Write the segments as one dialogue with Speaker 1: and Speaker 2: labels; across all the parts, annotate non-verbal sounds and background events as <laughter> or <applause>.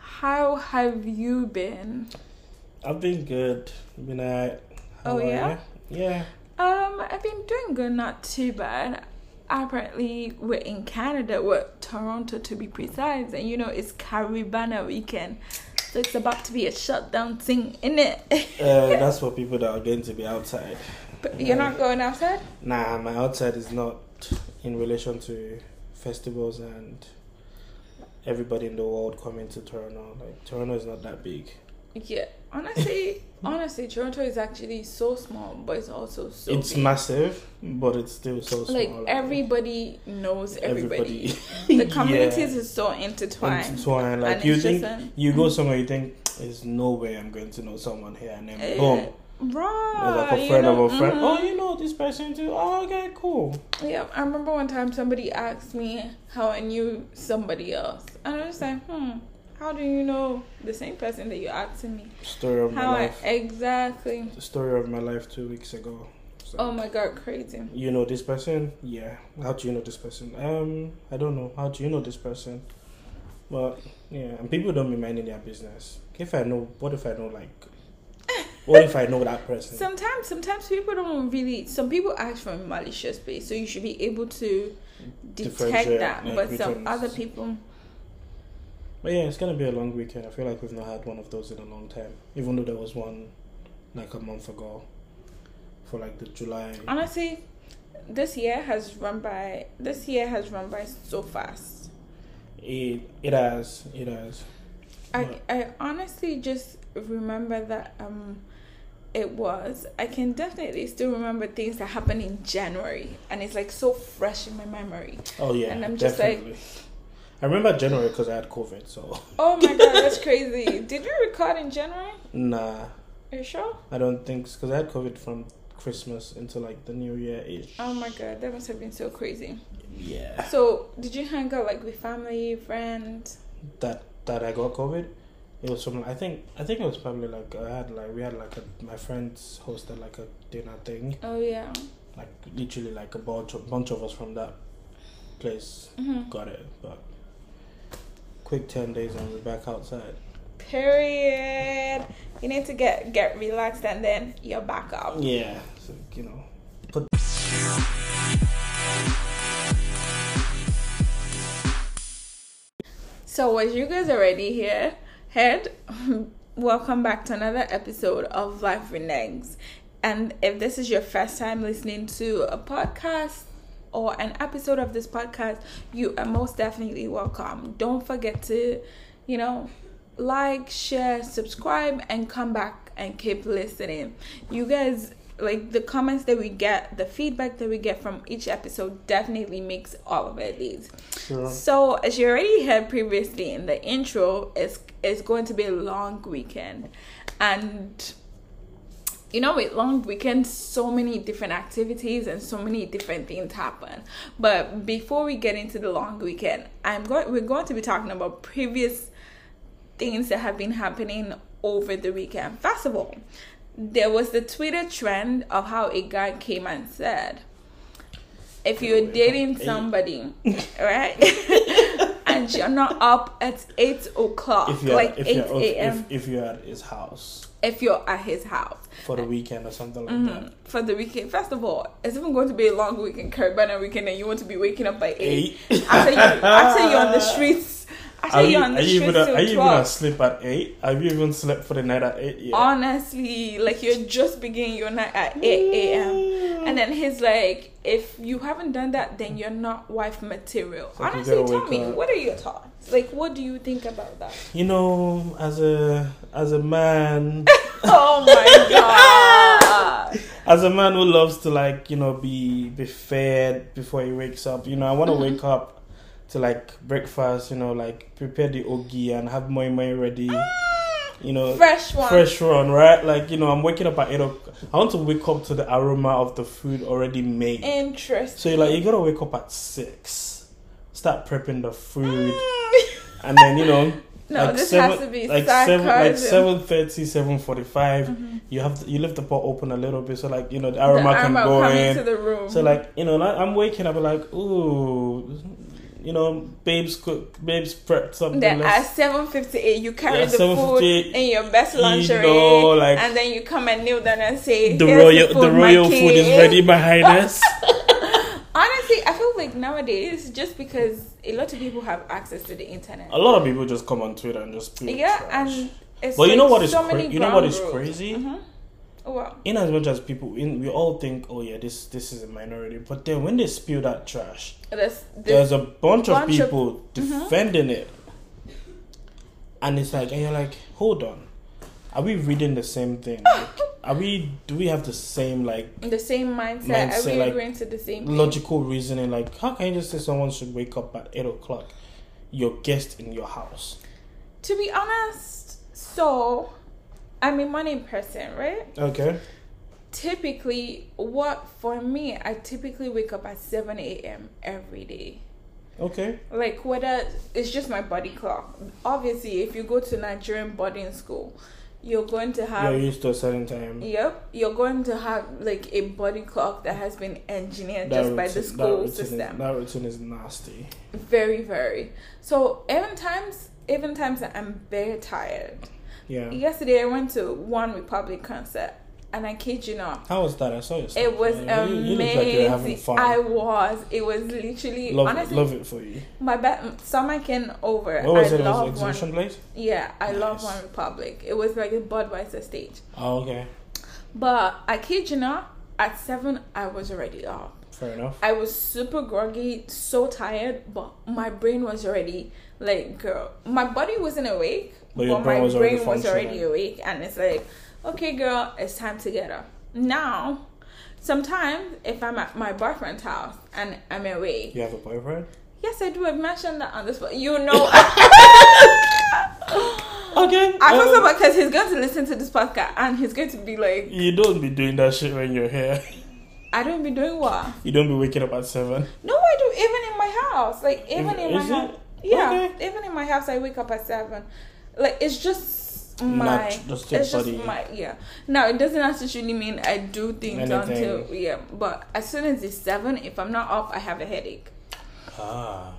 Speaker 1: how have you been?
Speaker 2: I've been good. I've been alright. How
Speaker 1: Oh,
Speaker 2: are
Speaker 1: yeah?
Speaker 2: you? Yeah.
Speaker 1: Um, I've been doing good, not too bad. Apparently, we're in Canada, we're Toronto to be precise, and you know it's Caribana weekend, so it's about to be a shutdown thing, innit? <laughs>
Speaker 2: Uh, that's for people that are going to be outside.
Speaker 1: But You're not going outside?
Speaker 2: Nah, my outside is not in relation to festivals and everybody in the world coming to Toronto. Like Toronto is not that big.
Speaker 1: Yeah, <laughs> honestly, honestly, Toronto is actually so small, but it's also so
Speaker 2: it's
Speaker 1: big.
Speaker 2: massive, but it's still so small.
Speaker 1: like everybody knows everybody.
Speaker 2: Everybody.
Speaker 1: <laughs> The communities
Speaker 2: Yeah.
Speaker 1: is so intertwined.
Speaker 2: intertwined. Like
Speaker 1: and
Speaker 2: you
Speaker 1: it's just Mm.
Speaker 2: think
Speaker 1: an-
Speaker 2: you go somewhere, you think there's no way I'm going to know someone here, and then
Speaker 1: Eh,
Speaker 2: boom,
Speaker 1: Right.
Speaker 2: there's like a
Speaker 1: you
Speaker 2: friend
Speaker 1: know,
Speaker 2: of a friend.
Speaker 1: mhm.
Speaker 2: Oh, you know this person too. Oh, okay, cool.
Speaker 1: Yeah, I remember one time somebody asked me how I knew somebody else. And I was like, hmm, how do you know the same person that you're asking me?
Speaker 2: Story of
Speaker 1: How
Speaker 2: my
Speaker 1: I
Speaker 2: life.
Speaker 1: exactly.
Speaker 2: The story of my life two weeks ago. So,
Speaker 1: Oh my god, crazy.
Speaker 2: You know this person? Yeah. How do you know this person? Um, I don't know. How do you know this person? Well, yeah. And people don't be minding their business. If I know, what if I know like,
Speaker 1: <laughs>
Speaker 2: what if I know that person?
Speaker 1: Sometimes, sometimes people don't really. Some people act from malicious base, so you should be able to detect
Speaker 2: Differentiate,
Speaker 1: that.
Speaker 2: like,
Speaker 1: but
Speaker 2: which
Speaker 1: some
Speaker 2: ones-
Speaker 1: other people,
Speaker 2: But yeah, it's gonna be a long weekend. I feel like we've not had one of those in a long time. Even though there was one like a month ago for like the July.
Speaker 1: honestly, this year has run by. This year has run by so fast.
Speaker 2: It it has it has.
Speaker 1: I
Speaker 2: Right.
Speaker 1: I honestly just remember that um it was. I can definitely still remember things that happened in January and it's like so fresh in my memory.
Speaker 2: Oh yeah,
Speaker 1: And I'm just like-
Speaker 2: definitely. I remember January because I had COVID. So <laughs>
Speaker 1: Oh my god, that's crazy. Did we record in January?
Speaker 2: nah,
Speaker 1: Are you sure?
Speaker 2: I don't think because I had COVID from Christmas into like the New Year ish.
Speaker 1: Oh my god, that must have been so crazy.
Speaker 2: Yeah,
Speaker 1: So did you hang out like with family, friends?
Speaker 2: that that I got COVID. It was from I think I think it was probably like I had like we had like a, my friends hosted like a dinner thing
Speaker 1: Oh yeah.
Speaker 2: like literally like a bunch of bunch of us from that place
Speaker 1: hmm
Speaker 2: got it but quick 10 days and we're back outside
Speaker 1: Period. You need to get get relaxed and then you're back up.
Speaker 2: yeah so you know put
Speaker 1: So, as you guys already hear, heard, welcome back to another episode of Life Renegs. And if this is your first time listening to a podcast or an episode of this podcast, you are most definitely welcome. Don't forget to, you know, like, share, subscribe, and come back and keep listening. You guys like the comments that we get, the feedback that we get from each episode definitely makes all of it these.
Speaker 2: sure
Speaker 1: So, as you already heard previously in the intro, it's it's going to be a long weekend, and you know, with long weekends, so many different activities and so many different things happen. But before we get into the long weekend, I'm going. We're going to be talking about previous things that have been happening over the weekend. First of all, there was the Twitter trend of how a guy came and said, if you're dating somebody,
Speaker 2: <laughs>
Speaker 1: right, <laughs> and you're not up at 8 o'clock,
Speaker 2: if you're
Speaker 1: like
Speaker 2: if
Speaker 1: 8
Speaker 2: you're out-
Speaker 1: a.m.,
Speaker 2: if, if you're at his house
Speaker 1: if you're at his house
Speaker 2: for the weekend or something like
Speaker 1: mhm,
Speaker 2: that
Speaker 1: for the weekend, first of all, it's even going to be a long weekend, Caribbean weekend, and you want to be waking up by 8.
Speaker 2: eight <laughs>
Speaker 1: <laughs> After, you, after you're on the streets, after
Speaker 2: are
Speaker 1: you're
Speaker 2: you,
Speaker 1: on
Speaker 2: are
Speaker 1: the
Speaker 2: you
Speaker 1: streets
Speaker 2: even a-
Speaker 1: till
Speaker 2: are you even
Speaker 1: 12.
Speaker 2: asleep at eight have you even slept for the night at eight yeah
Speaker 1: Honestly, like you're just beginning your night at 8 a.m.
Speaker 2: Mm.
Speaker 1: And then he's like, if you haven't done that, then you're not wife material.
Speaker 2: So if you
Speaker 1: Honestly,
Speaker 2: gotta
Speaker 1: tell
Speaker 2: wake
Speaker 1: me,
Speaker 2: up-
Speaker 1: what are your thoughts? Like, what do you think about
Speaker 2: <laughs>
Speaker 1: that?
Speaker 2: you know as a as a man <laughs>
Speaker 1: oh my god.
Speaker 2: as a man who loves to like you know be be fed before he wakes up you know i want to
Speaker 1: Mhm.
Speaker 2: wake up to like breakfast you know like prepare the ogi and have my my ready
Speaker 1: Ah.
Speaker 2: you know
Speaker 1: <laughs> Fresh one.
Speaker 2: fresh run right like you know i'm waking up at 8 o'clock i want to wake up to the aroma of the food already made so
Speaker 1: Interesting.
Speaker 2: you're like you gotta wake up at 6 start prepping the food <laughs>
Speaker 1: Mm.
Speaker 2: and then you know
Speaker 1: no,
Speaker 2: like
Speaker 1: this has to be
Speaker 2: like
Speaker 1: sarcasm.
Speaker 2: seven,
Speaker 1: <laughs>
Speaker 2: like seven thirty, seven forty-five. You have to, you leave the pot open a little bit so like you know the
Speaker 1: Mm-hmm. The
Speaker 2: aroma can
Speaker 1: aroma
Speaker 2: go
Speaker 1: coming
Speaker 2: in.
Speaker 1: to the room.
Speaker 2: So like you know, like, I'm waking up like ooh, you know, babes cook, babes prep something.
Speaker 1: Then at
Speaker 2: let's-
Speaker 1: seven fifty eight, you carry
Speaker 2: Yeah,
Speaker 1: the food
Speaker 2: 7:58,
Speaker 1: in your best
Speaker 2: you
Speaker 1: lingerie,
Speaker 2: know, like-
Speaker 1: and then you come and kneel down and say,
Speaker 2: the
Speaker 1: "Here's
Speaker 2: royal,
Speaker 1: food,
Speaker 2: the
Speaker 1: my
Speaker 2: royal food is
Speaker 1: kid."
Speaker 2: ready
Speaker 1: <laughs>
Speaker 2: behind us.
Speaker 1: Honestly, I feel like nowadays, just because a lot of people have access to the internet,
Speaker 2: A lot of people just come on Twitter and just spew
Speaker 1: yeah,
Speaker 2: trash.
Speaker 1: and it's
Speaker 2: But you
Speaker 1: like
Speaker 2: know what is
Speaker 1: so
Speaker 2: cra-
Speaker 1: many
Speaker 2: you know what
Speaker 1: ground
Speaker 2: is
Speaker 1: rules.
Speaker 2: crazy?
Speaker 1: Mhm. Oh, wow.
Speaker 2: in as much as people in, we all think, oh yeah, this this is a minority. But then when they spew that trash,
Speaker 1: There's, there's
Speaker 2: there's a bunch, of
Speaker 1: bunch of- Mm-hmm.
Speaker 2: people defending it, and it's like, and you're like, hold on, are we reading the same thing? Like, are we? Do we have the same
Speaker 1: <coughs>
Speaker 2: like
Speaker 1: the same mindset.
Speaker 2: mindset,
Speaker 1: Are we
Speaker 2: like,
Speaker 1: agreeing to the same? thing?
Speaker 2: logical reasoning? Like, how can you just say someone should wake up at eight o'clock? Your guest in your house.
Speaker 1: To be honest, so I'm a morning person, right?
Speaker 2: Okay.
Speaker 1: Typically, what for me, I typically wake up at 7 a.m. every day.
Speaker 2: Okay.
Speaker 1: Like, whether it's just my body clock. Obviously, if you go to Nigerian boarding school, you're going to
Speaker 2: You're
Speaker 1: have.
Speaker 2: used to a certain time.
Speaker 1: Yep, you're going to have like a body clock that has been engineered just by the
Speaker 2: that
Speaker 1: school
Speaker 2: routine is-
Speaker 1: system.
Speaker 2: that routine is nasty.
Speaker 1: very, very. So even times, even times that I'm very tired.
Speaker 2: Yeah.
Speaker 1: Yesterday I went to One Republic concert, and I kid you not,
Speaker 2: How was that? I saw your stuff.
Speaker 1: it was
Speaker 2: Yeah,
Speaker 1: amazing.
Speaker 2: you- You look like you're having fun.
Speaker 1: I was. It was literally
Speaker 2: love,
Speaker 1: honestly
Speaker 2: love it for you.
Speaker 1: my best summer came over.
Speaker 2: What was
Speaker 1: I
Speaker 2: it? It was
Speaker 1: love one.
Speaker 2: exhibition place.
Speaker 1: Yeah, I love
Speaker 2: Nice.
Speaker 1: One Republic. It was like a Budweiser stage,
Speaker 2: Oh, okay.
Speaker 1: but I kid you not, at seven I was already up.
Speaker 2: Fair enough.
Speaker 1: I was super groggy, so tired, but my brain was already like, girl, my body wasn't awake,
Speaker 2: But
Speaker 1: but,
Speaker 2: your brain
Speaker 1: my
Speaker 2: was already
Speaker 1: brain was already
Speaker 2: functioning.
Speaker 1: awake, and it's like, okay, girl, it's time to get up now. Sometimes, if I'm at my boyfriend's house and I'm awake,
Speaker 2: You have a boyfriend?
Speaker 1: yes, I do. I've mentioned that on this, but you
Speaker 2: <laughs>
Speaker 1: know,
Speaker 2: Okay.
Speaker 1: I feel so
Speaker 2: uh,
Speaker 1: bad because he's going to listen to this podcast and he's going to be like,
Speaker 2: you don't be doing that shit when you're here. <laughs>
Speaker 1: I don't be doing what?
Speaker 2: You don't be waking up at seven.
Speaker 1: No, I do. Even in my house, like even in my
Speaker 2: Is it?
Speaker 1: house, yeah.
Speaker 2: Okay.
Speaker 1: Even in my house, I wake up at seven. Like it's just my,
Speaker 2: Nat- just your
Speaker 1: it's just
Speaker 2: body.
Speaker 1: my, yeah. Now it doesn't necessarily mean I do things
Speaker 2: Anything.
Speaker 1: until yeah, but as soon as it's seven, if I'm not up, I have a headache.
Speaker 2: Ah.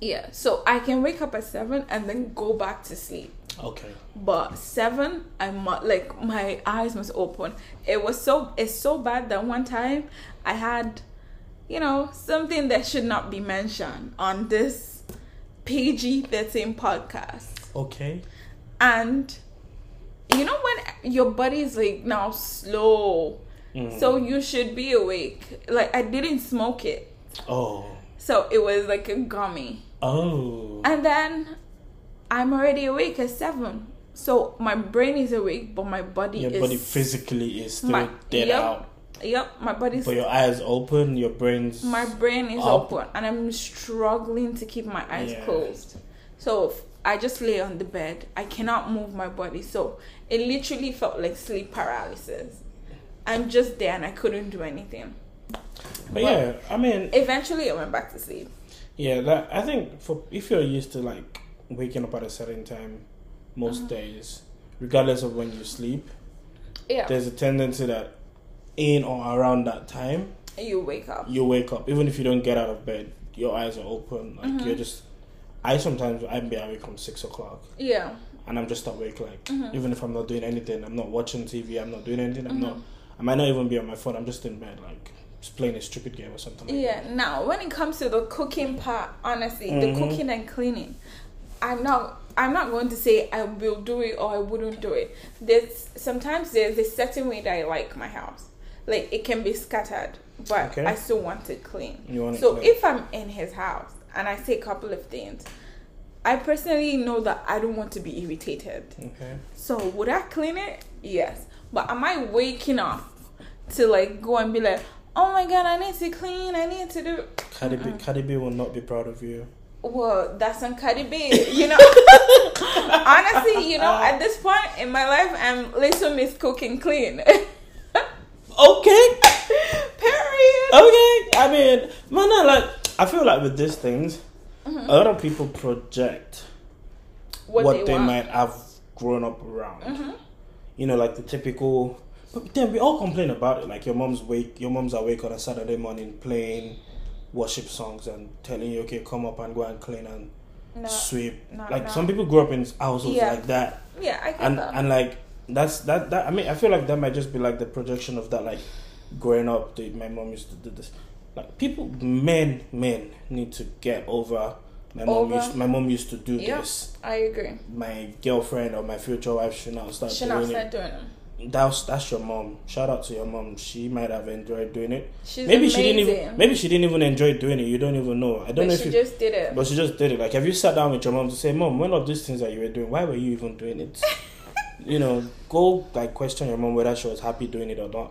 Speaker 1: Yeah, so I can wake up at seven and then go back to sleep.
Speaker 2: Okay.
Speaker 1: But seven, I must like my eyes must open. It was so it's so bad that one time I had, you know, something that should not be mentioned on this PG thirteen podcast.
Speaker 2: Okay.
Speaker 1: And you know when your body is like now slow,
Speaker 2: Mm.
Speaker 1: so you should be awake. Like I didn't smoke it,
Speaker 2: Oh.
Speaker 1: so it was like a gummy.
Speaker 2: Oh.
Speaker 1: And then I'm already awake at seven. So my brain is awake, but my body
Speaker 2: Your
Speaker 1: is
Speaker 2: body physically is still
Speaker 1: my-
Speaker 2: dead
Speaker 1: yep,
Speaker 2: out,
Speaker 1: Yep, my body's
Speaker 2: but your eyes open, your brain's
Speaker 1: my brain is
Speaker 2: up.
Speaker 1: open, and I'm struggling to keep my eyes
Speaker 2: Yeah.
Speaker 1: closed. So f- I just lay on the bed. I cannot move my body, so it literally felt like sleep paralysis. I'm just there, and I couldn't do anything.
Speaker 2: But yeah, I mean,
Speaker 1: Eventually, I went back to sleep.
Speaker 2: Yeah, that I think for if you're used to like waking up at a certain time most
Speaker 1: Mm-hmm.
Speaker 2: days, regardless of when you sleep,
Speaker 1: Yeah,
Speaker 2: there's a tendency that in or around that time
Speaker 1: you wake up.
Speaker 2: you wake up. Even if you don't get out of bed, your eyes are open. Like
Speaker 1: Mm-hmm.
Speaker 2: you're just I sometimes I'd be awake from six o'clock
Speaker 1: Yeah,
Speaker 2: and I'm just awake like
Speaker 1: Mm-hmm.
Speaker 2: even if I'm not doing anything, I'm not watching TV, I'm not doing anything, I'm not
Speaker 1: Mm-hmm.
Speaker 2: I might not even be on my phone, I'm just in bed like just playing a stupid game or something like that.
Speaker 1: Yeah, now when it comes to the cooking part, honestly,
Speaker 2: Mhm.
Speaker 1: the cooking and cleaning, I'm not I'm not going to say I will do it or I wouldn't do it. There's sometimes there's a certain way that I like my house. Like it can be scattered, but
Speaker 2: Okay.
Speaker 1: I still want it clean.
Speaker 2: You want it
Speaker 1: so
Speaker 2: clean.
Speaker 1: if I'm in his house and I say a couple of things, I personally know that I don't want to be irritated.
Speaker 2: Okay.
Speaker 1: So would I clean it? Yes. But am I waking up to like go and be like, oh my god, I need to clean, I need to do
Speaker 2: Cardi B, Cardi B will not be proud of you.
Speaker 1: well, that's on Cardi B, you
Speaker 2: <laughs>
Speaker 1: know. Honestly, you know, at this point in my life, I'm little Miss Cook and Clean. <laughs>
Speaker 2: Okay. <laughs>
Speaker 1: Period.
Speaker 2: okay. I mean, man, I like. I feel like with these things, a lot of people project what, they,
Speaker 1: want.
Speaker 2: might have grown up around. You know, like the typical. But then we all complain about it. Like your mom's wake, your mom's awake on a Saturday morning playing worship songs and telling you, okay, come up and go and clean and
Speaker 1: No,
Speaker 2: sweep.
Speaker 1: no,
Speaker 2: like
Speaker 1: no.
Speaker 2: some people grew up in households
Speaker 1: Yeah.
Speaker 2: like that,
Speaker 1: yeah, I get
Speaker 2: and
Speaker 1: that.
Speaker 2: and like that's that that I mean I feel like that might just be like the projection of that like growing up. Dude, my mom used to do this. Like people, men, men need to get over. My mom
Speaker 1: Over.
Speaker 2: used my mom used to do
Speaker 1: Yeah.
Speaker 2: this.
Speaker 1: I agree.
Speaker 2: My girlfriend or my future wife should now start
Speaker 1: Should not
Speaker 2: doing
Speaker 1: start
Speaker 2: it.
Speaker 1: doing them.
Speaker 2: That's that's your mom. Shout out to your mom. She might have enjoyed doing it.
Speaker 1: She's
Speaker 2: maybe
Speaker 1: amazing.
Speaker 2: she didn't even maybe she didn't even enjoy doing it. You don't even know. I
Speaker 1: but
Speaker 2: don't know
Speaker 1: she
Speaker 2: if you
Speaker 1: just did it.
Speaker 2: but she just did it. Like, have you sat down with your mom to say, "Mom, one of these things that you were doing, why were you even
Speaker 1: <laughs>
Speaker 2: doing it?" you know, go like question your mom whether she was happy doing it or not.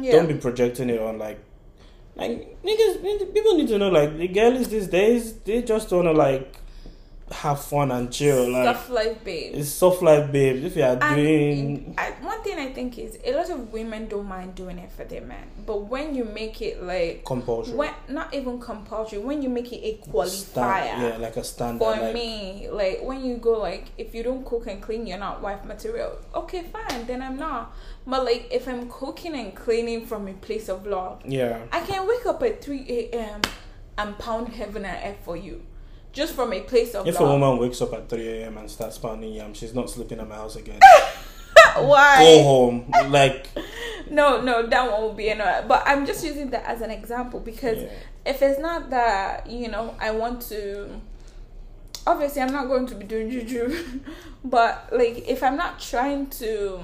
Speaker 1: yeah.
Speaker 2: Don't be projecting it on like, like niggas. niggas- People need to know like the girlies these days they just wanna like have fun and chill. Like
Speaker 1: Stuff like babe.
Speaker 2: it's soft life, babe. If you are
Speaker 1: And
Speaker 2: doing,
Speaker 1: I, one thing I think is a lot of women don't mind doing it for their men, but when you make it like
Speaker 2: compulsory,
Speaker 1: when not even compulsory, when you make it a
Speaker 2: Stan-
Speaker 1: qualifier
Speaker 2: yeah, like a standard.
Speaker 1: for
Speaker 2: like,
Speaker 1: me, like when you go like if you don't cook and clean, you're not wife material. Okay, fine, then I'm not. But like if I'm cooking and cleaning from a place of love,
Speaker 2: yeah,
Speaker 1: I can wake up at three a.m. and pound heaven and earth for you, just from a place of
Speaker 2: if a
Speaker 1: love.
Speaker 2: woman wakes up at three a.m. and starts pounding yam, she's not sleeping at my
Speaker 1: <laughs>
Speaker 2: house again.
Speaker 1: <laughs> Why?
Speaker 2: Go home, like.
Speaker 1: No, no, that one will be another. But I'm just using that as an example because
Speaker 2: Yeah.
Speaker 1: if it's not that, you know, I want to. Obviously, I'm not going to be doing juju, <laughs> but like if I'm not trying to.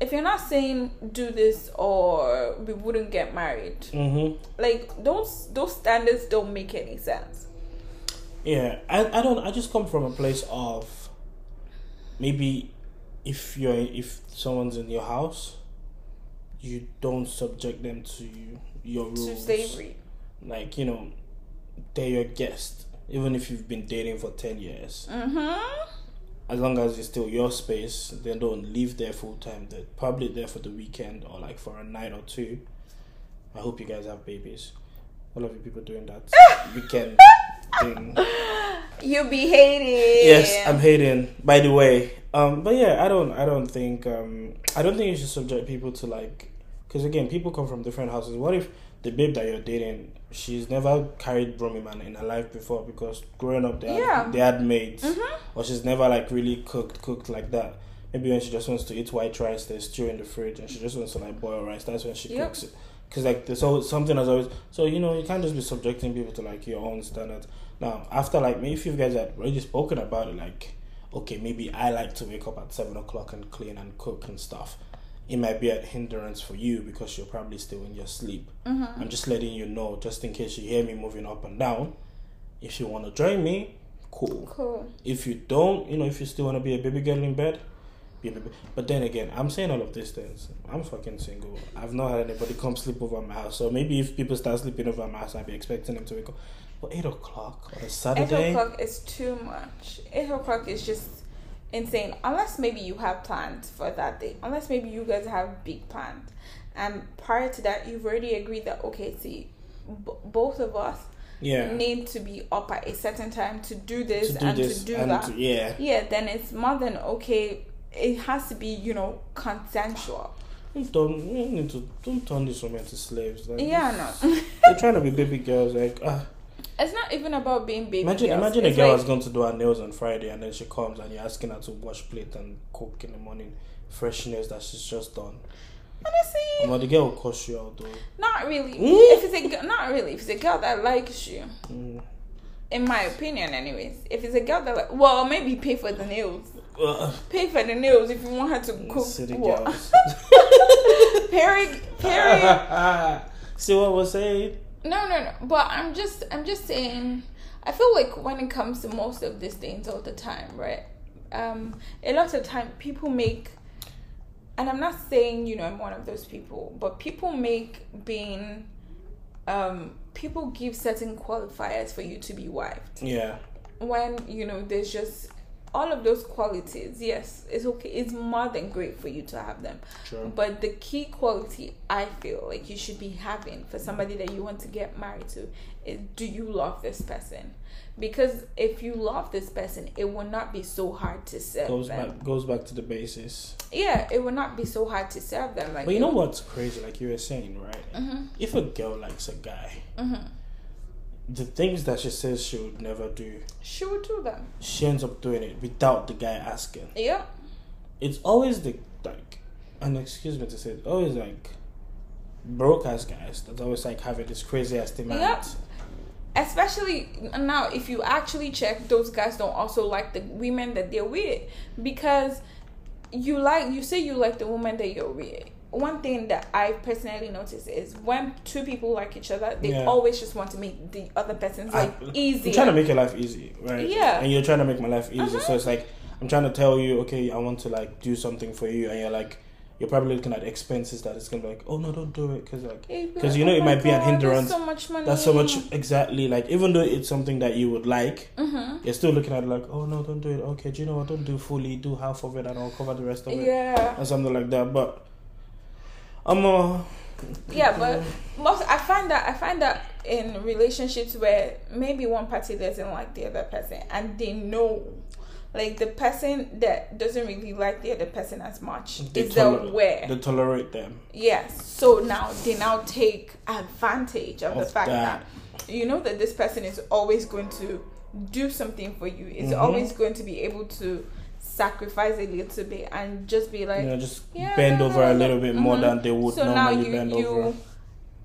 Speaker 1: If you're not saying do this or we wouldn't get married,
Speaker 2: Mm-hmm.
Speaker 1: like those those standards don't make any sense.
Speaker 2: Yeah, I, I don't. I just come from a place of maybe if you're if someone's in your house, you don't subject them to your
Speaker 1: To
Speaker 2: rules.
Speaker 1: slavery,
Speaker 2: Like you know, they're your guest, even if you've been dating for ten years.
Speaker 1: mm-hmm.
Speaker 2: As long as it's still your space, they don't live there full time. They're probably there for the weekend or like for a night or two. I hope you guys have babies. All of you people doing
Speaker 1: <laughs>
Speaker 2: that weekend thing.
Speaker 1: you be hated.
Speaker 2: Yes, I'm hating. By the way, um, but yeah, I don't, I don't think, um, I don't think you should subject people to like, because again, people come from different houses. What if the babe that you're dating, she's never carried bromine man in her life before because growing up they had,
Speaker 1: Yeah.
Speaker 2: they had maids,
Speaker 1: Mhm.
Speaker 2: or she's never like really cooked, cooked like that. Maybe when she just wants to eat white rice, there's stew in the fridge, and she just wants to like boil rice. That's when she
Speaker 1: Yep.
Speaker 2: cooks it. Cause like there's always something as always so you know you can't just be subjecting people to like your own standards. Now after like maybe if you guys had already spoken about it, like okay maybe I like to wake up at seven o'clock and clean and cook and stuff. It might be a hindrance for you because you're probably still in your sleep.
Speaker 1: Mhm.
Speaker 2: I'm just letting you know just in case you hear me moving up and down. If you want to join me, cool
Speaker 1: Cool.
Speaker 2: if you don't, you know, if you still want to be a baby girl in bed, be a baby. But then again, I'm saying all of these things. I'm fucking single. I've not had anybody come sleep over my house. So maybe if people start sleeping over my house, I'll be expecting them to wake up. But eight o'clock on a
Speaker 1: Eight
Speaker 2: Saturday,
Speaker 1: o'clock is too much. Eight o'clock is just insane. Unless maybe you have plans for that day. Unless maybe you guys have big plans. And prior to that, you've already agreed that okay, see, b- both of us
Speaker 2: yeah,
Speaker 1: need to be up at a certain time to do this
Speaker 2: to do
Speaker 1: and
Speaker 2: this
Speaker 1: to do
Speaker 2: and
Speaker 1: that.
Speaker 2: to- yeah,
Speaker 1: yeah, then it's more than okay. It has to be you know consensual.
Speaker 2: we've done. We need to don't turn these women to slaves. Like, <laughs>
Speaker 1: Yeah, no,
Speaker 2: they're trying to be baby girls. Like, ah,
Speaker 1: <laughs> it's not even about being baby.
Speaker 2: imagine,
Speaker 1: girls.
Speaker 2: imagine a
Speaker 1: It's
Speaker 2: girl
Speaker 1: like-
Speaker 2: has gone to do her nails on Friday and then she comes and you're asking her to wash plate and cook in the morning, fresh nails that she's just done.
Speaker 1: honestly.
Speaker 2: Well, the girl will cost you out though.
Speaker 1: Not really.
Speaker 2: Mm.
Speaker 1: If it's a girl, not really. If it's a girl that likes you,
Speaker 2: Mm.
Speaker 1: in my opinion, anyways. If it's a girl that like, well, maybe pay for the nails.
Speaker 2: Uh,
Speaker 1: Pay for the nails if you want her to cook.
Speaker 2: city
Speaker 1: what? <laughs>
Speaker 2: girls.
Speaker 1: Period. Period.
Speaker 2: See what we're saying?
Speaker 1: no, no, no. But I'm just, I'm just saying. I feel like when it comes to most of these things all the time, right? Um, a lot of time people make, and I'm not saying you know I'm one of those people, but people make being, um, people give certain qualifiers for you to be wife.
Speaker 2: Yeah.
Speaker 1: when you know there's just all of those qualities yes it's okay it's more than great for you to have them
Speaker 2: True.
Speaker 1: but the key quality i feel like you should be having for somebody that you want to get married to is do you love this person because if you love this person it will not be so hard to serve
Speaker 2: Goes
Speaker 1: them
Speaker 2: back goes back to the basis.
Speaker 1: yeah it will not be so hard to serve them like Mm-hmm.
Speaker 2: But you know what's crazy, like you were saying, right?
Speaker 1: Mhm.
Speaker 2: If a girl likes a guy,
Speaker 1: Mhm.
Speaker 2: the things that she says she would never do,
Speaker 1: She would do them.
Speaker 2: she ends up doing it without the guy asking.
Speaker 1: Yeah.
Speaker 2: It's always the like, and excuse me to say, it's always like broke ass guys that's always like having this crazy ass demand.
Speaker 1: Yep. Especially now, if you actually check, those guys don't also like the women that they're with because you like you say you like the woman that you're with. One thing that I personally notice is when two people like each other, they
Speaker 2: Yeah.
Speaker 1: always just want to make the other person's life
Speaker 2: I-
Speaker 1: easy.
Speaker 2: I'm trying to make your life easy, right?
Speaker 1: Yeah.
Speaker 2: And you're trying to make my life easy.
Speaker 1: Uh-huh.
Speaker 2: So it's like I'm trying to tell you, okay, I want to like do something for you, and you're like, you're probably looking at expenses that it's gonna be like, oh no, don't do it, because like because you know it
Speaker 1: oh
Speaker 2: might be an hindrance.
Speaker 1: That's so much money.
Speaker 2: that's so much
Speaker 1: Mm.
Speaker 2: exactly like even though it's something that you would like,
Speaker 1: hmm
Speaker 2: you're still looking at it like, oh no, don't do it. Okay, do you know what? Don't do fully, do half of it, and I'll cover the rest of it,
Speaker 1: Yeah.
Speaker 2: and something like that. But I'm uh
Speaker 1: yeah but most i find that i find that in relationships where maybe one party doesn't like the other person and they know like the person that doesn't really like the other person as much
Speaker 2: They
Speaker 1: is
Speaker 2: tolerate-
Speaker 1: aware
Speaker 2: they tolerate them
Speaker 1: yes so now they now take advantage of, the
Speaker 2: Of
Speaker 1: fact that.
Speaker 2: that.
Speaker 1: you know that this person is always going to do something for you is
Speaker 2: Mhm.
Speaker 1: always going to be able to sacrifice a little bit and just be like
Speaker 2: you know, just
Speaker 1: Yeah,
Speaker 2: bend
Speaker 1: no,
Speaker 2: over
Speaker 1: no,
Speaker 2: a
Speaker 1: no.
Speaker 2: little bit more
Speaker 1: Mhm.
Speaker 2: than they would
Speaker 1: so now
Speaker 2: normally
Speaker 1: you
Speaker 2: bend
Speaker 1: you
Speaker 2: over.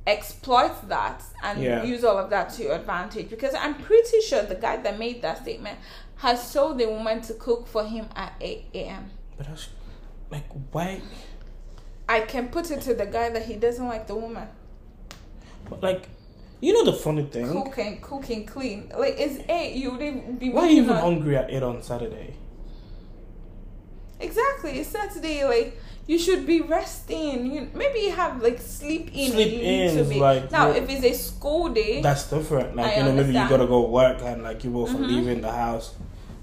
Speaker 1: exploit that and
Speaker 2: Yeah.
Speaker 1: use all of that to your advantage because I'm pretty sure the guy that made that statement has told the woman to cook for him at 8 a.m.
Speaker 2: But that's like why?
Speaker 1: I can put it to the guy that he doesn't like the woman
Speaker 2: but, Like, you know the funny thing?
Speaker 1: cook and cook and clean. Like it's eight, you wouldn't be
Speaker 2: Why are you
Speaker 1: waking
Speaker 2: even
Speaker 1: up.
Speaker 2: hungry at eight on Saturday?
Speaker 1: exactly. It's Saturday, like you should be resting. You maybe have like sleep in
Speaker 2: Sleep
Speaker 1: a
Speaker 2: in
Speaker 1: little
Speaker 2: is
Speaker 1: bit.
Speaker 2: like-
Speaker 1: now if it's a school day,
Speaker 2: That's different. Like
Speaker 1: I
Speaker 2: you know, maybe you
Speaker 1: understand.
Speaker 2: gotta go work and like you both are
Speaker 1: Mhm.
Speaker 2: leaving the house,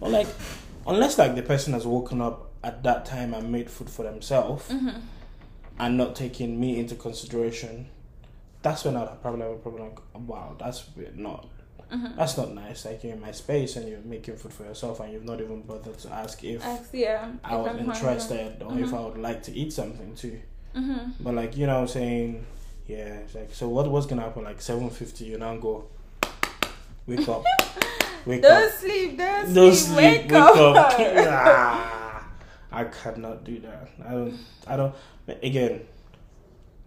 Speaker 2: or like unless like the person has woken up at that time and made food for themselves
Speaker 1: Mhm.
Speaker 2: and not taking me into consideration. That's when I'd probably have a problem. Like, wow, that's weird. not.
Speaker 1: Mhm.
Speaker 2: That's not nice. Like you're in my space and you're making food for yourself and you've not even bothered to ask if
Speaker 1: ask, yeah, if
Speaker 2: I was
Speaker 1: I'm hungry.
Speaker 2: interested or if
Speaker 1: Mhm.
Speaker 2: I would like to eat something too.
Speaker 1: Mhm.
Speaker 2: But like you know what I'm saying, yeah, it's like so what was gonna happen like seven fifty you now go
Speaker 1: <laughs>
Speaker 2: wake up. Wake
Speaker 1: Don't
Speaker 2: up.
Speaker 1: sleep, don't,
Speaker 2: Don't
Speaker 1: sleep, wake, <laughs> up.
Speaker 2: Ah, I cannot do that. I don't I don't but again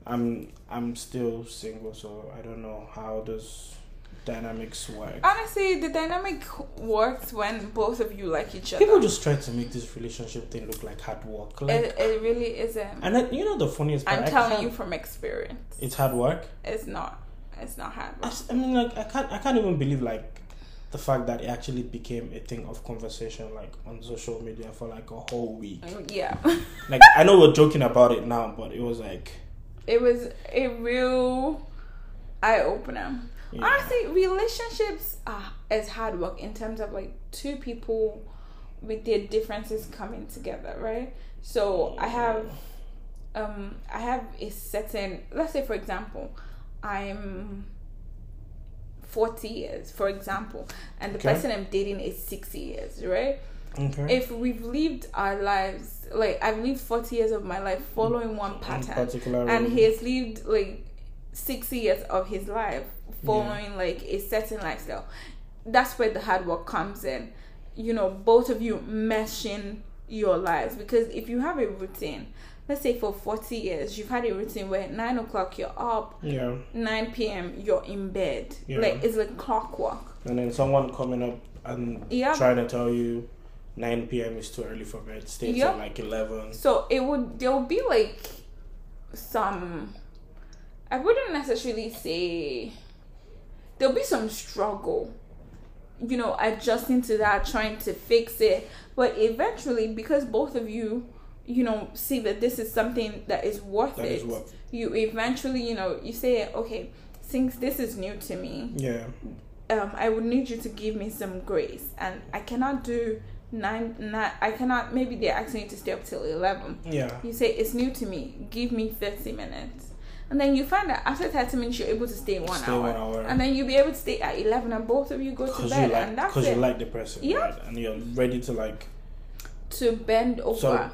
Speaker 2: I'm I'm still single so I don't know how those dynamics work.
Speaker 1: Honestly, the dynamic works when both of you like each other.
Speaker 2: People just try to make this relationship thing look like hard work. <laughs> Like
Speaker 1: it, it really isn't.
Speaker 2: and then, you know the funniest part
Speaker 1: I'm
Speaker 2: I
Speaker 1: telling
Speaker 2: can't-
Speaker 1: you from experience.
Speaker 2: it's hard work.
Speaker 1: It's not. It's not
Speaker 2: I <laughs>
Speaker 1: happening.
Speaker 2: s- I mean, like, I can't, I can't even believe like the fact that it actually became a thing of conversation, like on social media for like a whole week.
Speaker 1: Yeah.
Speaker 2: Like, I know we're joking about it now, but it was like,
Speaker 1: <laughs> it was a real eye opener.
Speaker 2: yeah.
Speaker 1: Honestly, relationships are as hard work in terms of like two people with their differences coming together, right? So I have um I have a certain let's say for example, I'm 40 years, for example, and the
Speaker 2: Okay.
Speaker 1: person I'm dating is 60 years, right?
Speaker 2: okay.
Speaker 1: If we've lived our lives, like I've lived 40 years of my life following one
Speaker 2: In
Speaker 1: pattern,
Speaker 2: particular,
Speaker 1: and
Speaker 2: room.
Speaker 1: he has lived like six years of his life following like a certain lifestyle. That's where the hard work comes in. You know, both of you meshing your lives because if you have a routine, let's say for 40 years, you've had a routine where 9 o'clock you're up,
Speaker 2: yeah,
Speaker 1: 9 p.m. you're in bed.
Speaker 2: Yeah.
Speaker 1: Like it's like clockwork.
Speaker 2: and then someone coming up and
Speaker 1: Yeah.
Speaker 2: trying to tell you. 9 p.m. is too early for bed. Stay
Speaker 1: Yeah.
Speaker 2: till like 11.
Speaker 1: So it would there will be like some I wouldn't necessarily say there'll be some struggle, you know, adjusting to that, trying to fix it. But eventually because both of you, you know, see that this is something that is worth
Speaker 2: That
Speaker 1: it,
Speaker 2: is what.
Speaker 1: you eventually, you know, you say, Okay, since this is new to me,
Speaker 2: Yeah.
Speaker 1: um, I would need you to give me some grace, and I cannot do nine. nine I cannot. Maybe they're asking you to stay up till eleven.
Speaker 2: Yeah.
Speaker 1: You say it's new to me. Give me thirty minutes, and then you find that after thirty minutes you're able to stay one
Speaker 2: Stay
Speaker 1: hour,
Speaker 2: one hour.
Speaker 1: and then you'll be able to stay at eleven, and both of you go to
Speaker 2: Because you
Speaker 1: bed,
Speaker 2: like,
Speaker 1: and that's
Speaker 2: because you
Speaker 1: it.
Speaker 2: like the person,
Speaker 1: Yeah.
Speaker 2: right? And you're ready to like
Speaker 1: to bend over.
Speaker 2: Sorry.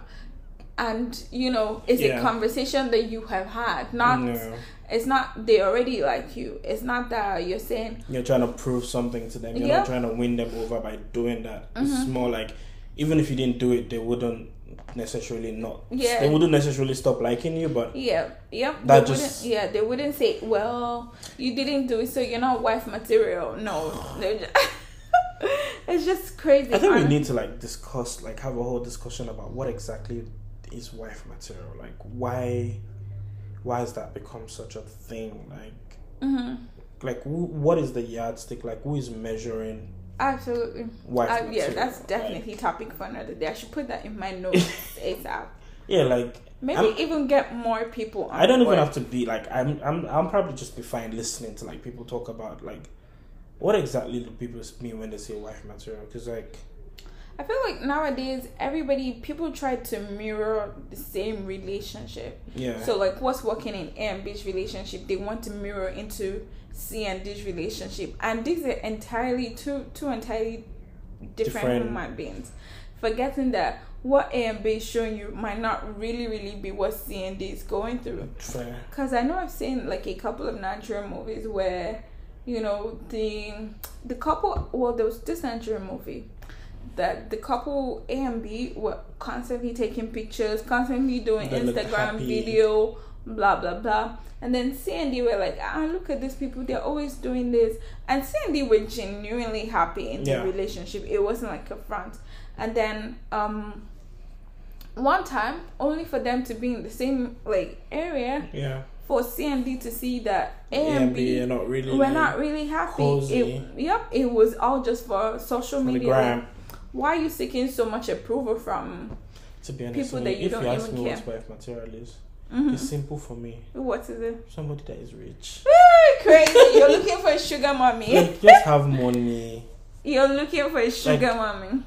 Speaker 1: and you know it's
Speaker 2: Yeah.
Speaker 1: a conversation that you have had not
Speaker 2: No.
Speaker 1: it's not they already like you it's not that you're saying
Speaker 2: You're trying to prove something to them. You're
Speaker 1: Yeah.
Speaker 2: not trying to win them over by doing that. It's
Speaker 1: Mhm.
Speaker 2: more like even if you didn't do it, they wouldn't necessarily not.
Speaker 1: Yeah.
Speaker 2: They wouldn't necessarily stop liking you, but
Speaker 1: yeah yep
Speaker 2: That
Speaker 1: they
Speaker 2: just-
Speaker 1: wouldn't yeah they wouldn't say well you didn't do it so you're not wife material
Speaker 2: <sighs>
Speaker 1: no they're ju- <laughs> it's just crazy
Speaker 2: I think we
Speaker 1: honest-
Speaker 2: need to like discuss, like have a whole discussion about what exactly is wife material. Like why, why has that become such a thing? Like,
Speaker 1: Mhm.
Speaker 2: like who, what is the yardstick? Like who is measuring
Speaker 1: absolutely
Speaker 2: wife
Speaker 1: Uh, yeah
Speaker 2: material?
Speaker 1: that's
Speaker 2: Like,
Speaker 1: definitely topic for another day i should put that in my
Speaker 2: <laughs>
Speaker 1: notes asap
Speaker 2: yeah, like
Speaker 1: maybe
Speaker 2: I'm-
Speaker 1: even get more people on
Speaker 2: I don't even
Speaker 1: board.
Speaker 2: have to be like I'm. I'm. I'm probably just be fine listening to like people talk about like what exactly do people mean when they say wife material? Because like
Speaker 1: I feel like nowadays everybody people try to mirror the same relationship.
Speaker 2: yeah,
Speaker 1: So like what's working in A and B's relationship, they want to mirror into C and D's relationship. And these are entirely two two entirely different,
Speaker 2: Different.
Speaker 1: human beings. Forgetting that what A and B is showing you might not really, really be what C and D is going through.
Speaker 2: fair.
Speaker 1: Cause I know I've seen like a couple of Nigerian movies where, you know, the the couple well there was this Nigerian movie that the couple A and B were constantly taking pictures, constantly doing
Speaker 2: They look
Speaker 1: Instagram
Speaker 2: happy.
Speaker 1: video, blah blah blah. And then C and D were like, ah, look at these people, they're always doing this. And C and D were genuinely happy in
Speaker 2: Yeah.
Speaker 1: the relationship. It wasn't like a front. And then um one time, only for them to be in the same like area,
Speaker 2: Yeah,
Speaker 1: for CMD to see that A
Speaker 2: A
Speaker 1: and
Speaker 2: are
Speaker 1: B
Speaker 2: not really.
Speaker 1: were not really happy.
Speaker 2: cozy.
Speaker 1: It, yep, it was all just for social
Speaker 2: on the
Speaker 1: media.
Speaker 2: gram.
Speaker 1: Why are you seeking so much approval from?
Speaker 2: To be honest,
Speaker 1: people
Speaker 2: with you,
Speaker 1: that you
Speaker 2: if
Speaker 1: don't
Speaker 2: you ask
Speaker 1: even
Speaker 2: me
Speaker 1: care.
Speaker 2: what wife material
Speaker 1: <laughs>
Speaker 2: is,
Speaker 1: Mhm.
Speaker 2: it's simple for me.
Speaker 1: What is it?
Speaker 2: Somebody that is rich.
Speaker 1: <laughs> Very
Speaker 2: <laughs>
Speaker 1: crazy. You're looking for a sugar mommy.
Speaker 2: like, just have money.
Speaker 1: <laughs> You're looking for a sugar mommy.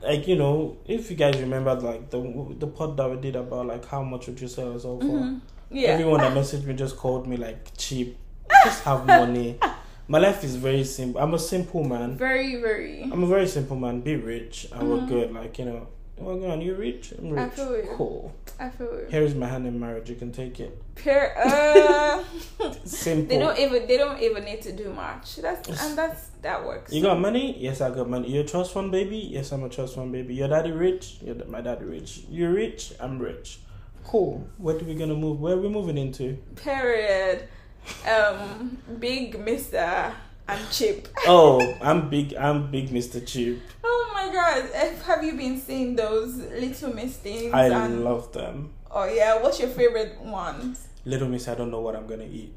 Speaker 2: Like you know, if you guys remember, like the the pod that we did about like how much would you sell us all for?
Speaker 1: Mhm. Yeah.
Speaker 2: Everyone that messaged me just called me like cheap. Just have money. My life is very simple. I'm a simple man.
Speaker 1: Very, very.
Speaker 2: I'm a very simple man. Be rich and we're
Speaker 1: Mhm.
Speaker 2: good. Like you know, oh god, you rich? I'm
Speaker 1: I
Speaker 2: rich.
Speaker 1: feel you.
Speaker 2: Cool.
Speaker 1: I feel it.
Speaker 2: Here is my hand in marriage. You can take it. <laughs>
Speaker 1: Pair. Uh,
Speaker 2: Simple.
Speaker 1: they don't even. They don't even need to do much. That's and that's that works.
Speaker 2: You got money? Yes, I got money. You're a trust fund baby? Yes, I'm a trust fund baby. Your daddy rich? Your da- my daddy rich. You rich? I'm rich. Cool. Where do we gonna move? Where are we moving
Speaker 1: <laughs>
Speaker 2: into?
Speaker 1: Period. Um, big Mister. I'm cheap.
Speaker 2: Oh, I'm big. I'm big, Mr. Cheap.
Speaker 1: Oh my god, If- have you been seeing those Little Miss things?
Speaker 2: I
Speaker 1: and,
Speaker 2: love them.
Speaker 1: oh yeah, what's your favorite ones?
Speaker 2: Little Miss, I don't know what I'm gonna eat.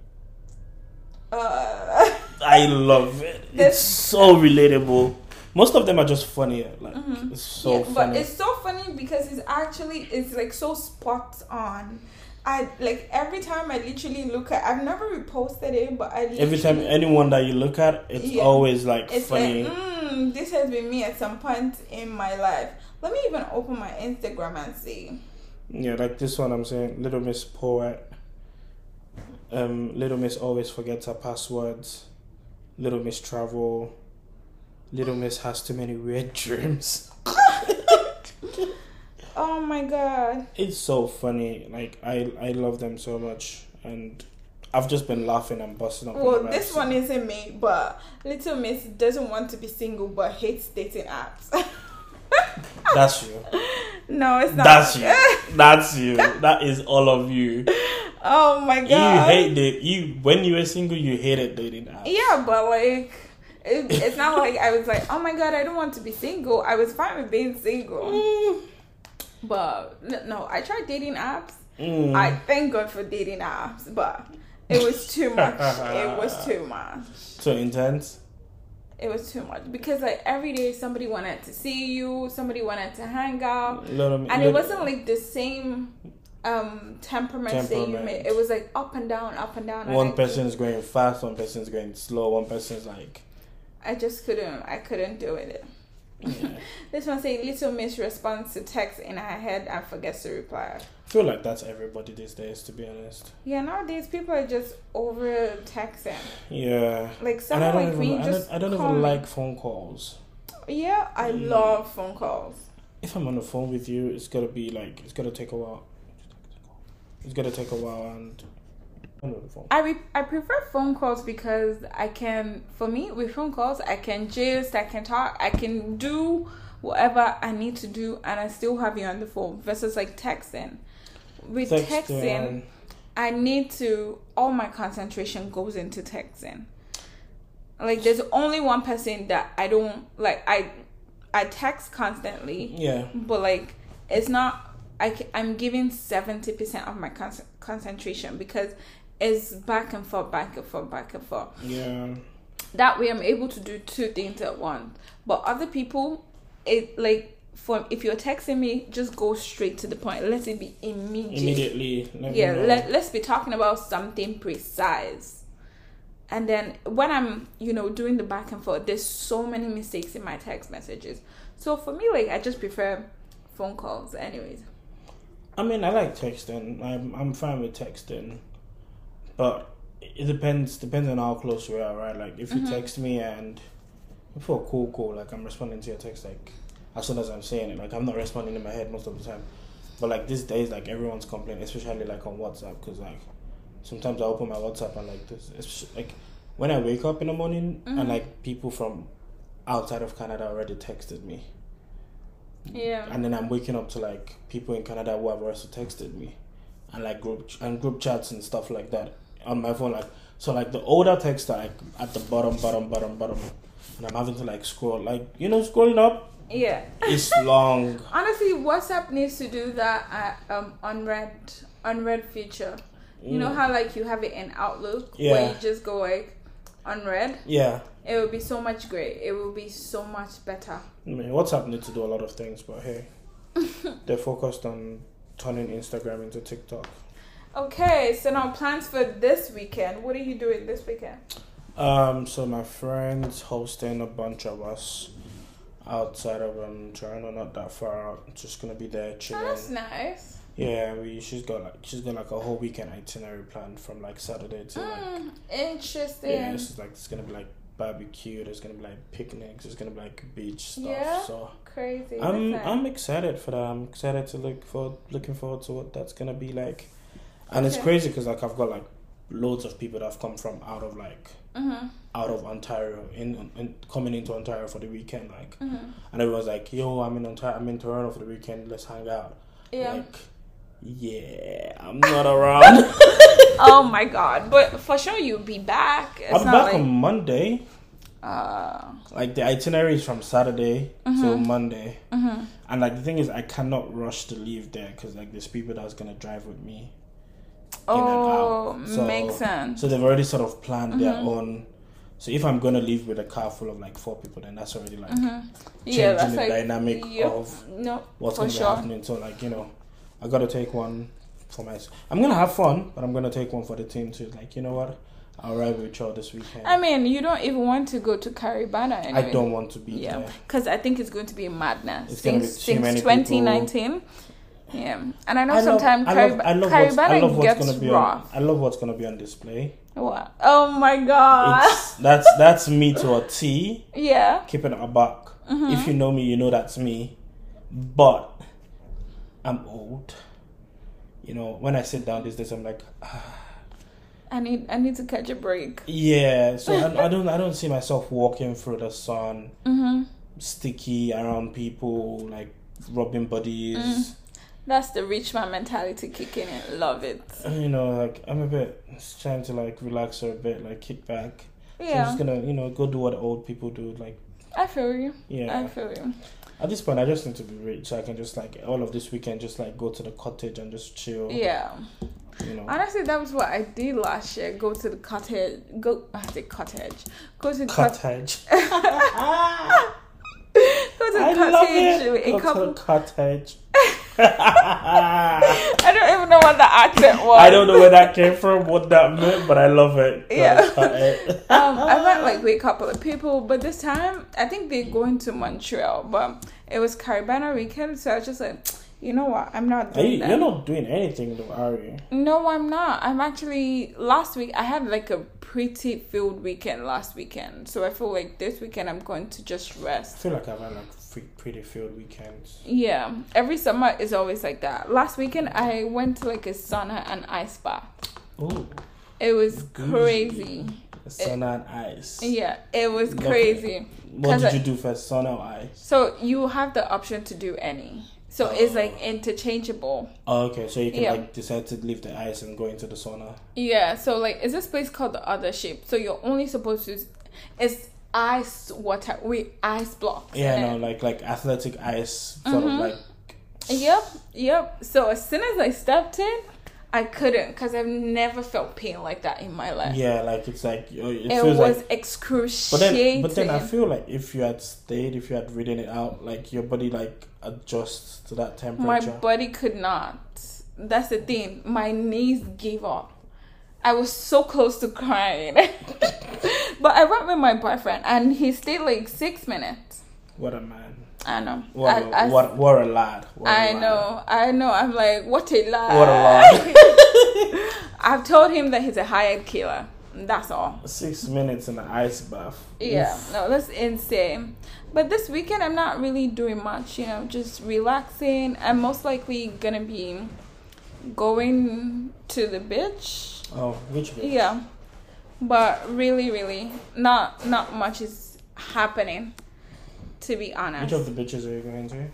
Speaker 1: Uh,
Speaker 2: I love it. It's
Speaker 1: This-
Speaker 2: so relatable. Most of them are just funny. Like it's <laughs> so
Speaker 1: Mm-hmm. yeah, but
Speaker 2: funny.
Speaker 1: it's so funny because it's actually it's like so spot on. I like every time I literally look at. I've never reposted it, but I
Speaker 2: Every time
Speaker 1: literally-
Speaker 2: anyone that you look at, it's
Speaker 1: Yeah.
Speaker 2: always like
Speaker 1: it's
Speaker 2: funny.
Speaker 1: like mm, this has been me at some point in my life. Let me even open my Instagram and see.
Speaker 2: Yeah, like this one I'm saying, Little Miss Poet. Um, Little Miss always forgets her passwords. Little Miss travel. Little Miss has too many weird <laughs> dreams.
Speaker 1: <laughs> Oh my god.
Speaker 2: It's so funny. Like I, I love them so much, and I've just been laughing and busting up.
Speaker 1: Well,
Speaker 2: whenever I
Speaker 1: this
Speaker 2: see-
Speaker 1: one isn't me, but Little Miss doesn't want to be single but hates dating apps. <laughs>
Speaker 2: That's you.
Speaker 1: no, it's not. <laughs>
Speaker 2: That's you. That's you. That is all of you.
Speaker 1: Oh my
Speaker 2: You
Speaker 1: god.
Speaker 2: hate it. You when you were single, you hated dating apps.
Speaker 1: Yeah, but like, it, it's not like I was like, oh my god, I don't want to be single. I was fine with being single.
Speaker 2: Mm.
Speaker 1: But n- no, I tried dating apps.
Speaker 2: Mm.
Speaker 1: I thank God for dating apps, but it was too much. it
Speaker 2: <laughs>
Speaker 1: was too much.
Speaker 2: so intense.
Speaker 1: It was too much because like every day somebody wanted to see you, somebody wanted to hang out.
Speaker 2: Little,
Speaker 1: and
Speaker 2: little-
Speaker 1: it wasn't like the same um temperament, that you
Speaker 2: Temperament.
Speaker 1: made. It was like up and down, up and down. and
Speaker 2: one
Speaker 1: I-
Speaker 2: person is going fast, one person is going slow, one person is like
Speaker 1: I just couldn't. I couldn't do it.
Speaker 2: yeah.
Speaker 1: <laughs> This one say little miss responds to text in her head and forgets to reply.
Speaker 2: I feel like that's everybody these days to be honest.
Speaker 1: Yeah, nowadays people are just over texting.
Speaker 2: Yeah.
Speaker 1: Like
Speaker 2: And I
Speaker 1: someone
Speaker 2: don't
Speaker 1: like
Speaker 2: even
Speaker 1: me
Speaker 2: I
Speaker 1: just
Speaker 2: don't, I don't
Speaker 1: call
Speaker 2: even
Speaker 1: me.
Speaker 2: like phone calls.
Speaker 1: Yeah, I
Speaker 2: Mm.
Speaker 1: love phone calls.
Speaker 2: if I'm on the phone with you, it's gonna be like it's gonna take a while. It's gonna take a while, and I'm on the phone.
Speaker 1: I re- I prefer phone calls because I can for me with phone calls I can gist, I can talk, I can do whatever I need to do and I still have you on the phone versus like texting. With
Speaker 2: Text,
Speaker 1: texting
Speaker 2: um,
Speaker 1: I need to all my concentration goes into texting. Like there's only one person that I don't like I I text constantly
Speaker 2: yeah,
Speaker 1: but like it's not I, am giving 70% of my con- concentration because it's back and forth back and forth back and forth
Speaker 2: yeah.
Speaker 1: that way i'm able to do two things at once but other people it like for if you're texting me just go straight to the point let it be immediate
Speaker 2: Immediately. let me
Speaker 1: yeah
Speaker 2: know.
Speaker 1: let, let's be talking about something precise and then when i'm you know doing the back and forth there's so many mistakes in my text messages so for me like i just prefer phone calls anyways
Speaker 2: I mean, I like texting. I'm I'm fine with texting, but it depends depends on how close we are, right? Like if
Speaker 1: Mm-hmm.
Speaker 2: you text me and for a cool call, like I'm responding to your text like as soon as I'm saying it. Like I'm not responding in my head most of the time, but like these days, like everyone's complaining, especially like on WhatsApp, because like sometimes I open my WhatsApp and like this, it's like when I wake up in the morning
Speaker 1: Mm-hmm.
Speaker 2: and like people from outside of Canada already texted me
Speaker 1: yeah
Speaker 2: and then I'm waking up to like people in Canada who have also texted me, and like group and group chats and stuff like that on my phone. Like so, like the older texts are like at the bottom, bottom, bottom, bottom, and I'm having to like scroll. Like you know, scrolling up
Speaker 1: yeah
Speaker 2: is long.
Speaker 1: honestly whatsapp needs to do that uh, um unread unread feature you know
Speaker 2: Mm.
Speaker 1: how like you have it in outlook
Speaker 2: Yeah.
Speaker 1: where you just go like unread
Speaker 2: Yeah,
Speaker 1: it would be so much great it would be so much better
Speaker 2: I mean, WhatsApp need to do a lot of things, but hey, they're focused on turning Instagram into TikTok.
Speaker 1: Okay, so now plans for this weekend. What are you doing this weekend?
Speaker 2: Um, so my friend's hosting a bunch of us outside of um Toronto, not that far out. Just gonna be there chilling.
Speaker 1: Oh, that's nice.
Speaker 2: Yeah, we she's got like she's got like a whole weekend itinerary planned from like Saturday to like
Speaker 1: Mm,
Speaker 2: yeah,
Speaker 1: interesting.
Speaker 2: this is like it's gonna be like barbecue, there's gonna be like picnics, there's gonna be like beach stuff.
Speaker 1: Yeah.
Speaker 2: So
Speaker 1: Crazy.
Speaker 2: I'm
Speaker 1: that's nice.
Speaker 2: I'm excited for that. I'm excited to look for looking forward to what that's gonna be like, and it's
Speaker 1: Okay.
Speaker 2: crazy because like I've got like loads of people that have come from out of like
Speaker 1: Mhm,
Speaker 2: out of Ontario in, in coming into Ontario for the weekend like,
Speaker 1: mhm.
Speaker 2: and everyone's like, yo, I'm in Ontario, I'm in Toronto for the weekend, let's hang out.
Speaker 1: Yeah.
Speaker 2: Like, yeah, I'm not around.
Speaker 1: oh my god. But for sure you'll be back. It's
Speaker 2: I'll be
Speaker 1: not
Speaker 2: back
Speaker 1: like
Speaker 2: on Monday.
Speaker 1: uh
Speaker 2: Like the itinerary is from Saturday till
Speaker 1: Mm-hmm.
Speaker 2: Monday,
Speaker 1: mhm.
Speaker 2: and like the thing is, I cannot rush to leave there because like there's people that's gonna drive with me.
Speaker 1: Oh
Speaker 2: out. So-
Speaker 1: makes sense. Mm-hmm.
Speaker 2: So they've already sort of planned their own. So if I'm gonna leave with a car full of like four people, then that's already like
Speaker 1: Mm-hmm. Yeah,
Speaker 2: changing
Speaker 1: that's
Speaker 2: the
Speaker 1: like
Speaker 2: dynamic
Speaker 1: yep,
Speaker 2: of
Speaker 1: no
Speaker 2: what's
Speaker 1: for
Speaker 2: gonna be
Speaker 1: sure.
Speaker 2: happening. So like you know, I gotta take one for my. I'm gonna have fun, but I'm gonna take one for the team too. Like you know what, I'll ride with y'all this weekend.
Speaker 1: I mean you don't even want to go to Caribana
Speaker 2: I
Speaker 1: anyway.
Speaker 2: don't want to be
Speaker 1: Yeah,
Speaker 2: there.
Speaker 1: because I think it's going to be madness
Speaker 2: It's gonna be
Speaker 1: since
Speaker 2: too many
Speaker 1: since
Speaker 2: people.
Speaker 1: 2019. Yeah, and I know
Speaker 2: I love-
Speaker 1: sometimes
Speaker 2: I love- I
Speaker 1: Carib-
Speaker 2: love what's- I love
Speaker 1: Caribana
Speaker 2: what's
Speaker 1: gets
Speaker 2: gonna be
Speaker 1: raw.
Speaker 2: on- I love what's gonna be on display.
Speaker 1: What? Oh my god!
Speaker 2: It's that's that's me to a T.
Speaker 1: <laughs> yeah,
Speaker 2: Keeping it a buck. If you know me, you know that's me. But I'm old. You know, when I sit down these days, I'm like, ah,
Speaker 1: I need I need to catch a break.
Speaker 2: yeah. So I, I don't I don't see myself walking through the sun,
Speaker 1: hmm
Speaker 2: sticky around people, like rubbing bodies.
Speaker 1: That's the rich man mentality kicking in. Love it.
Speaker 2: You know, like I'm a bit it's trying to like relax a bit, like kick back. So I'm
Speaker 1: Yeah,
Speaker 2: just gonna, you know, go do what old people do. Like,
Speaker 1: I feel you. I
Speaker 2: yeah.
Speaker 1: feel you.
Speaker 2: At this point, I just need to be rich, so I can just like all of this weekend, just like go to the cottage and just chill.
Speaker 1: Yeah.
Speaker 2: You know.
Speaker 1: Honestly, that was what I did last year. Go to the cottage. Go. I said cottage. Go to the cottage.
Speaker 2: Cottage.
Speaker 1: <laughs> Go to the
Speaker 2: I love
Speaker 1: cottage.
Speaker 2: it.
Speaker 1: with
Speaker 2: Go
Speaker 1: A couple.
Speaker 2: to the
Speaker 1: <laughs>
Speaker 2: cottage.
Speaker 1: I don't even know what the accent was.
Speaker 2: I don't know where that came from, what that meant, but I love it. Go to
Speaker 1: Yeah.
Speaker 2: cottage.
Speaker 1: <laughs> um, I met like with a couple of people, but this time I think they're going to Montreal. But it was Caribana weekend, so I was just like, You know what? I'm not
Speaker 2: Are
Speaker 1: doing
Speaker 2: you,
Speaker 1: that.
Speaker 2: you're not doing anything though, are you?
Speaker 1: No, I'm not. I'm actually last week I had like a pretty filled weekend last weekend. So I feel like this weekend I'm going to just
Speaker 2: I
Speaker 1: rest.
Speaker 2: feel like I've had like free, pretty filled weekends.
Speaker 1: Yeah. Every summer is always like that. Last weekend I went to like a sauna and ice bath.
Speaker 2: Oh,
Speaker 1: It was
Speaker 2: Good.
Speaker 1: crazy.
Speaker 2: sauna and ice.
Speaker 1: Yeah, it was
Speaker 2: Lovely.
Speaker 1: crazy.
Speaker 2: What
Speaker 1: 'Cause
Speaker 2: did
Speaker 1: I-
Speaker 2: you do first, sauna or ice?
Speaker 1: So you have the option to do any. So it's like interchangeable.
Speaker 2: Oh, okay, so you can
Speaker 1: Yeah.
Speaker 2: like decide to leave the ice and go into the sauna.
Speaker 1: Yeah, so like it's this place called the other ship. So you're only supposed to it's ice water with ice blocks.
Speaker 2: Yeah,
Speaker 1: in it.
Speaker 2: no, like like athletic ice, sort of
Speaker 1: Mhm.
Speaker 2: like.
Speaker 1: Yep, yep. So as soon as I stepped in, I couldn't because I've never felt pain like that in my life.
Speaker 2: Yeah, like it's like oh, it,
Speaker 1: it
Speaker 2: feels
Speaker 1: was
Speaker 2: like But
Speaker 1: excruciating.
Speaker 2: then, but then I feel like if you had stayed, if you had ridden it out, like your body like adjusts to that
Speaker 1: my
Speaker 2: temperature.
Speaker 1: body could not. That's the thing. My knees gave up. I was so close to crying. <laughs> but I went with my boyfriend and he stayed like six minutes.
Speaker 2: what a man!
Speaker 1: I know.
Speaker 2: What
Speaker 1: I, I-
Speaker 2: a what, what a lad! What a
Speaker 1: I
Speaker 2: lad.
Speaker 1: know, I know. I'm like, what a lie.
Speaker 2: What a lad!
Speaker 1: <laughs> I've told him that he's a hired killer. That's all.
Speaker 2: Six minutes in the ice bath.
Speaker 1: Yeah,
Speaker 2: Oof.
Speaker 1: no, that's insane. But this weekend, I'm not really doing much, you know, just relaxing. I'm most likely gonna be going to the beach.
Speaker 2: Oh, which way?
Speaker 1: Yeah, but really, really, not not much is happening, to be
Speaker 2: Which
Speaker 1: honest.
Speaker 2: of the beaches are you going to?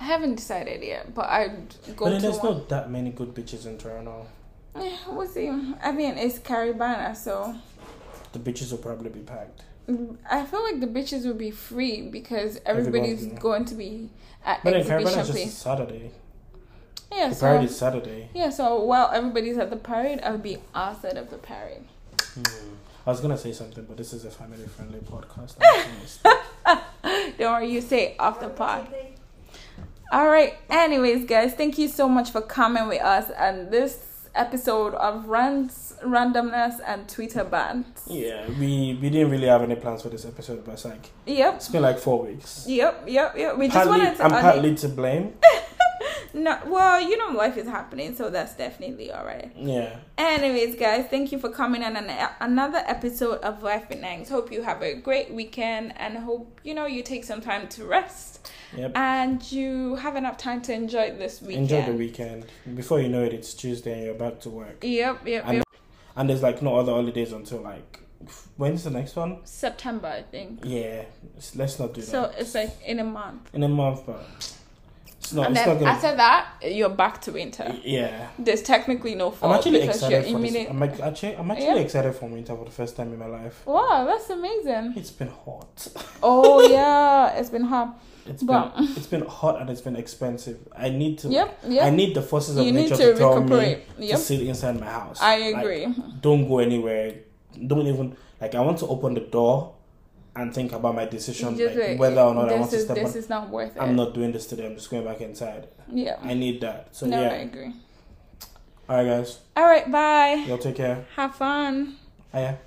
Speaker 1: I haven't decided yet, but I'd go
Speaker 2: but then
Speaker 1: to
Speaker 2: there's
Speaker 1: one.
Speaker 2: not that many good beaches in Toronto.
Speaker 1: Eh, we'll see. I mean, it's Caribana, so
Speaker 2: The beaches will probably be packed.
Speaker 1: I feel like the beaches will be free because everybody's
Speaker 2: Everyone-
Speaker 1: going to be at
Speaker 2: But in Caribbean,
Speaker 1: exhibition
Speaker 2: it's just
Speaker 1: place.
Speaker 2: Saturday.
Speaker 1: Yeah,
Speaker 2: The
Speaker 1: so
Speaker 2: parade is Saturday.
Speaker 1: yeah, so while everybody's at the parade, I'll be outside of the parade. <laughs>
Speaker 2: Hmm. I was gonna say something, but this is a family-friendly
Speaker 1: <laughs>
Speaker 2: podcast. I promise.
Speaker 1: Don't worry, you say off the pod. All right. Anyways, guys, thank you so much for coming with us on this episode of Rants, Randomness, and Twitter Bands.
Speaker 2: yeah, we we didn't really have any plans for this episode, but it's like
Speaker 1: Yep.
Speaker 2: It's been like four weeks.
Speaker 1: Yep, yep, yep. We just
Speaker 2: Partly,
Speaker 1: wanted to.
Speaker 2: I'm
Speaker 1: update-
Speaker 2: partly to blame.
Speaker 1: No, well, you know, life is happening, so that's definitely all right.
Speaker 2: Yeah.
Speaker 1: Anyways, guys, thank you for coming on an, another episode of Life with Nangs. Hope you have a great weekend and hope, you know, you take some time to rest
Speaker 2: Yep.
Speaker 1: and you have enough time to enjoy this weekend.
Speaker 2: Enjoy the weekend. Before you know it, it's Tuesday and you're back to work.
Speaker 1: Yep, yep,
Speaker 2: And-
Speaker 1: yep.
Speaker 2: And there's like no other holidays until like when's the next one?
Speaker 1: September, I think.
Speaker 2: Yeah. It's, let's not do that.
Speaker 1: So it's like in a month.
Speaker 2: in a month, but it's not.
Speaker 1: and
Speaker 2: It's not
Speaker 1: then
Speaker 2: gonna.
Speaker 1: after that, you're back to winter.
Speaker 2: yeah.
Speaker 1: There's technically no
Speaker 2: I'm
Speaker 1: fall
Speaker 2: actually
Speaker 1: Oh, because
Speaker 2: excited
Speaker 1: you're
Speaker 2: for this.
Speaker 1: immediate.
Speaker 2: I'm ac- actually, I'm actually
Speaker 1: Yeah.
Speaker 2: excited for winter for the first time in my life.
Speaker 1: Wow, that's amazing.
Speaker 2: It's been hot.
Speaker 1: Oh, <laughs> yeah, it's been hot.
Speaker 2: <laughs> It's been
Speaker 1: But-
Speaker 2: it's been hot and it's been expensive. I need to.
Speaker 1: Yep,
Speaker 2: I
Speaker 1: yep.
Speaker 2: need the forces of
Speaker 1: You need
Speaker 2: nature
Speaker 1: to
Speaker 2: to, tell me
Speaker 1: recuperate. Yep.
Speaker 2: to sit inside my house.
Speaker 1: I
Speaker 2: Like,
Speaker 1: agree.
Speaker 2: don't go anywhere. Don't even like. I want to open the door and think about my decision,
Speaker 1: Just
Speaker 2: like,
Speaker 1: like,
Speaker 2: whether or not
Speaker 1: this
Speaker 2: I want to
Speaker 1: is,
Speaker 2: step
Speaker 1: This
Speaker 2: on.
Speaker 1: is not worth it.
Speaker 2: I'm not doing this today. I'm just going back inside.
Speaker 1: Yeah.
Speaker 2: I need that. So
Speaker 1: no, I
Speaker 2: yeah.
Speaker 1: agree.
Speaker 2: All right, guys.
Speaker 1: All right, bye.
Speaker 2: Y'all take care.
Speaker 1: Have fun.
Speaker 2: Hiya.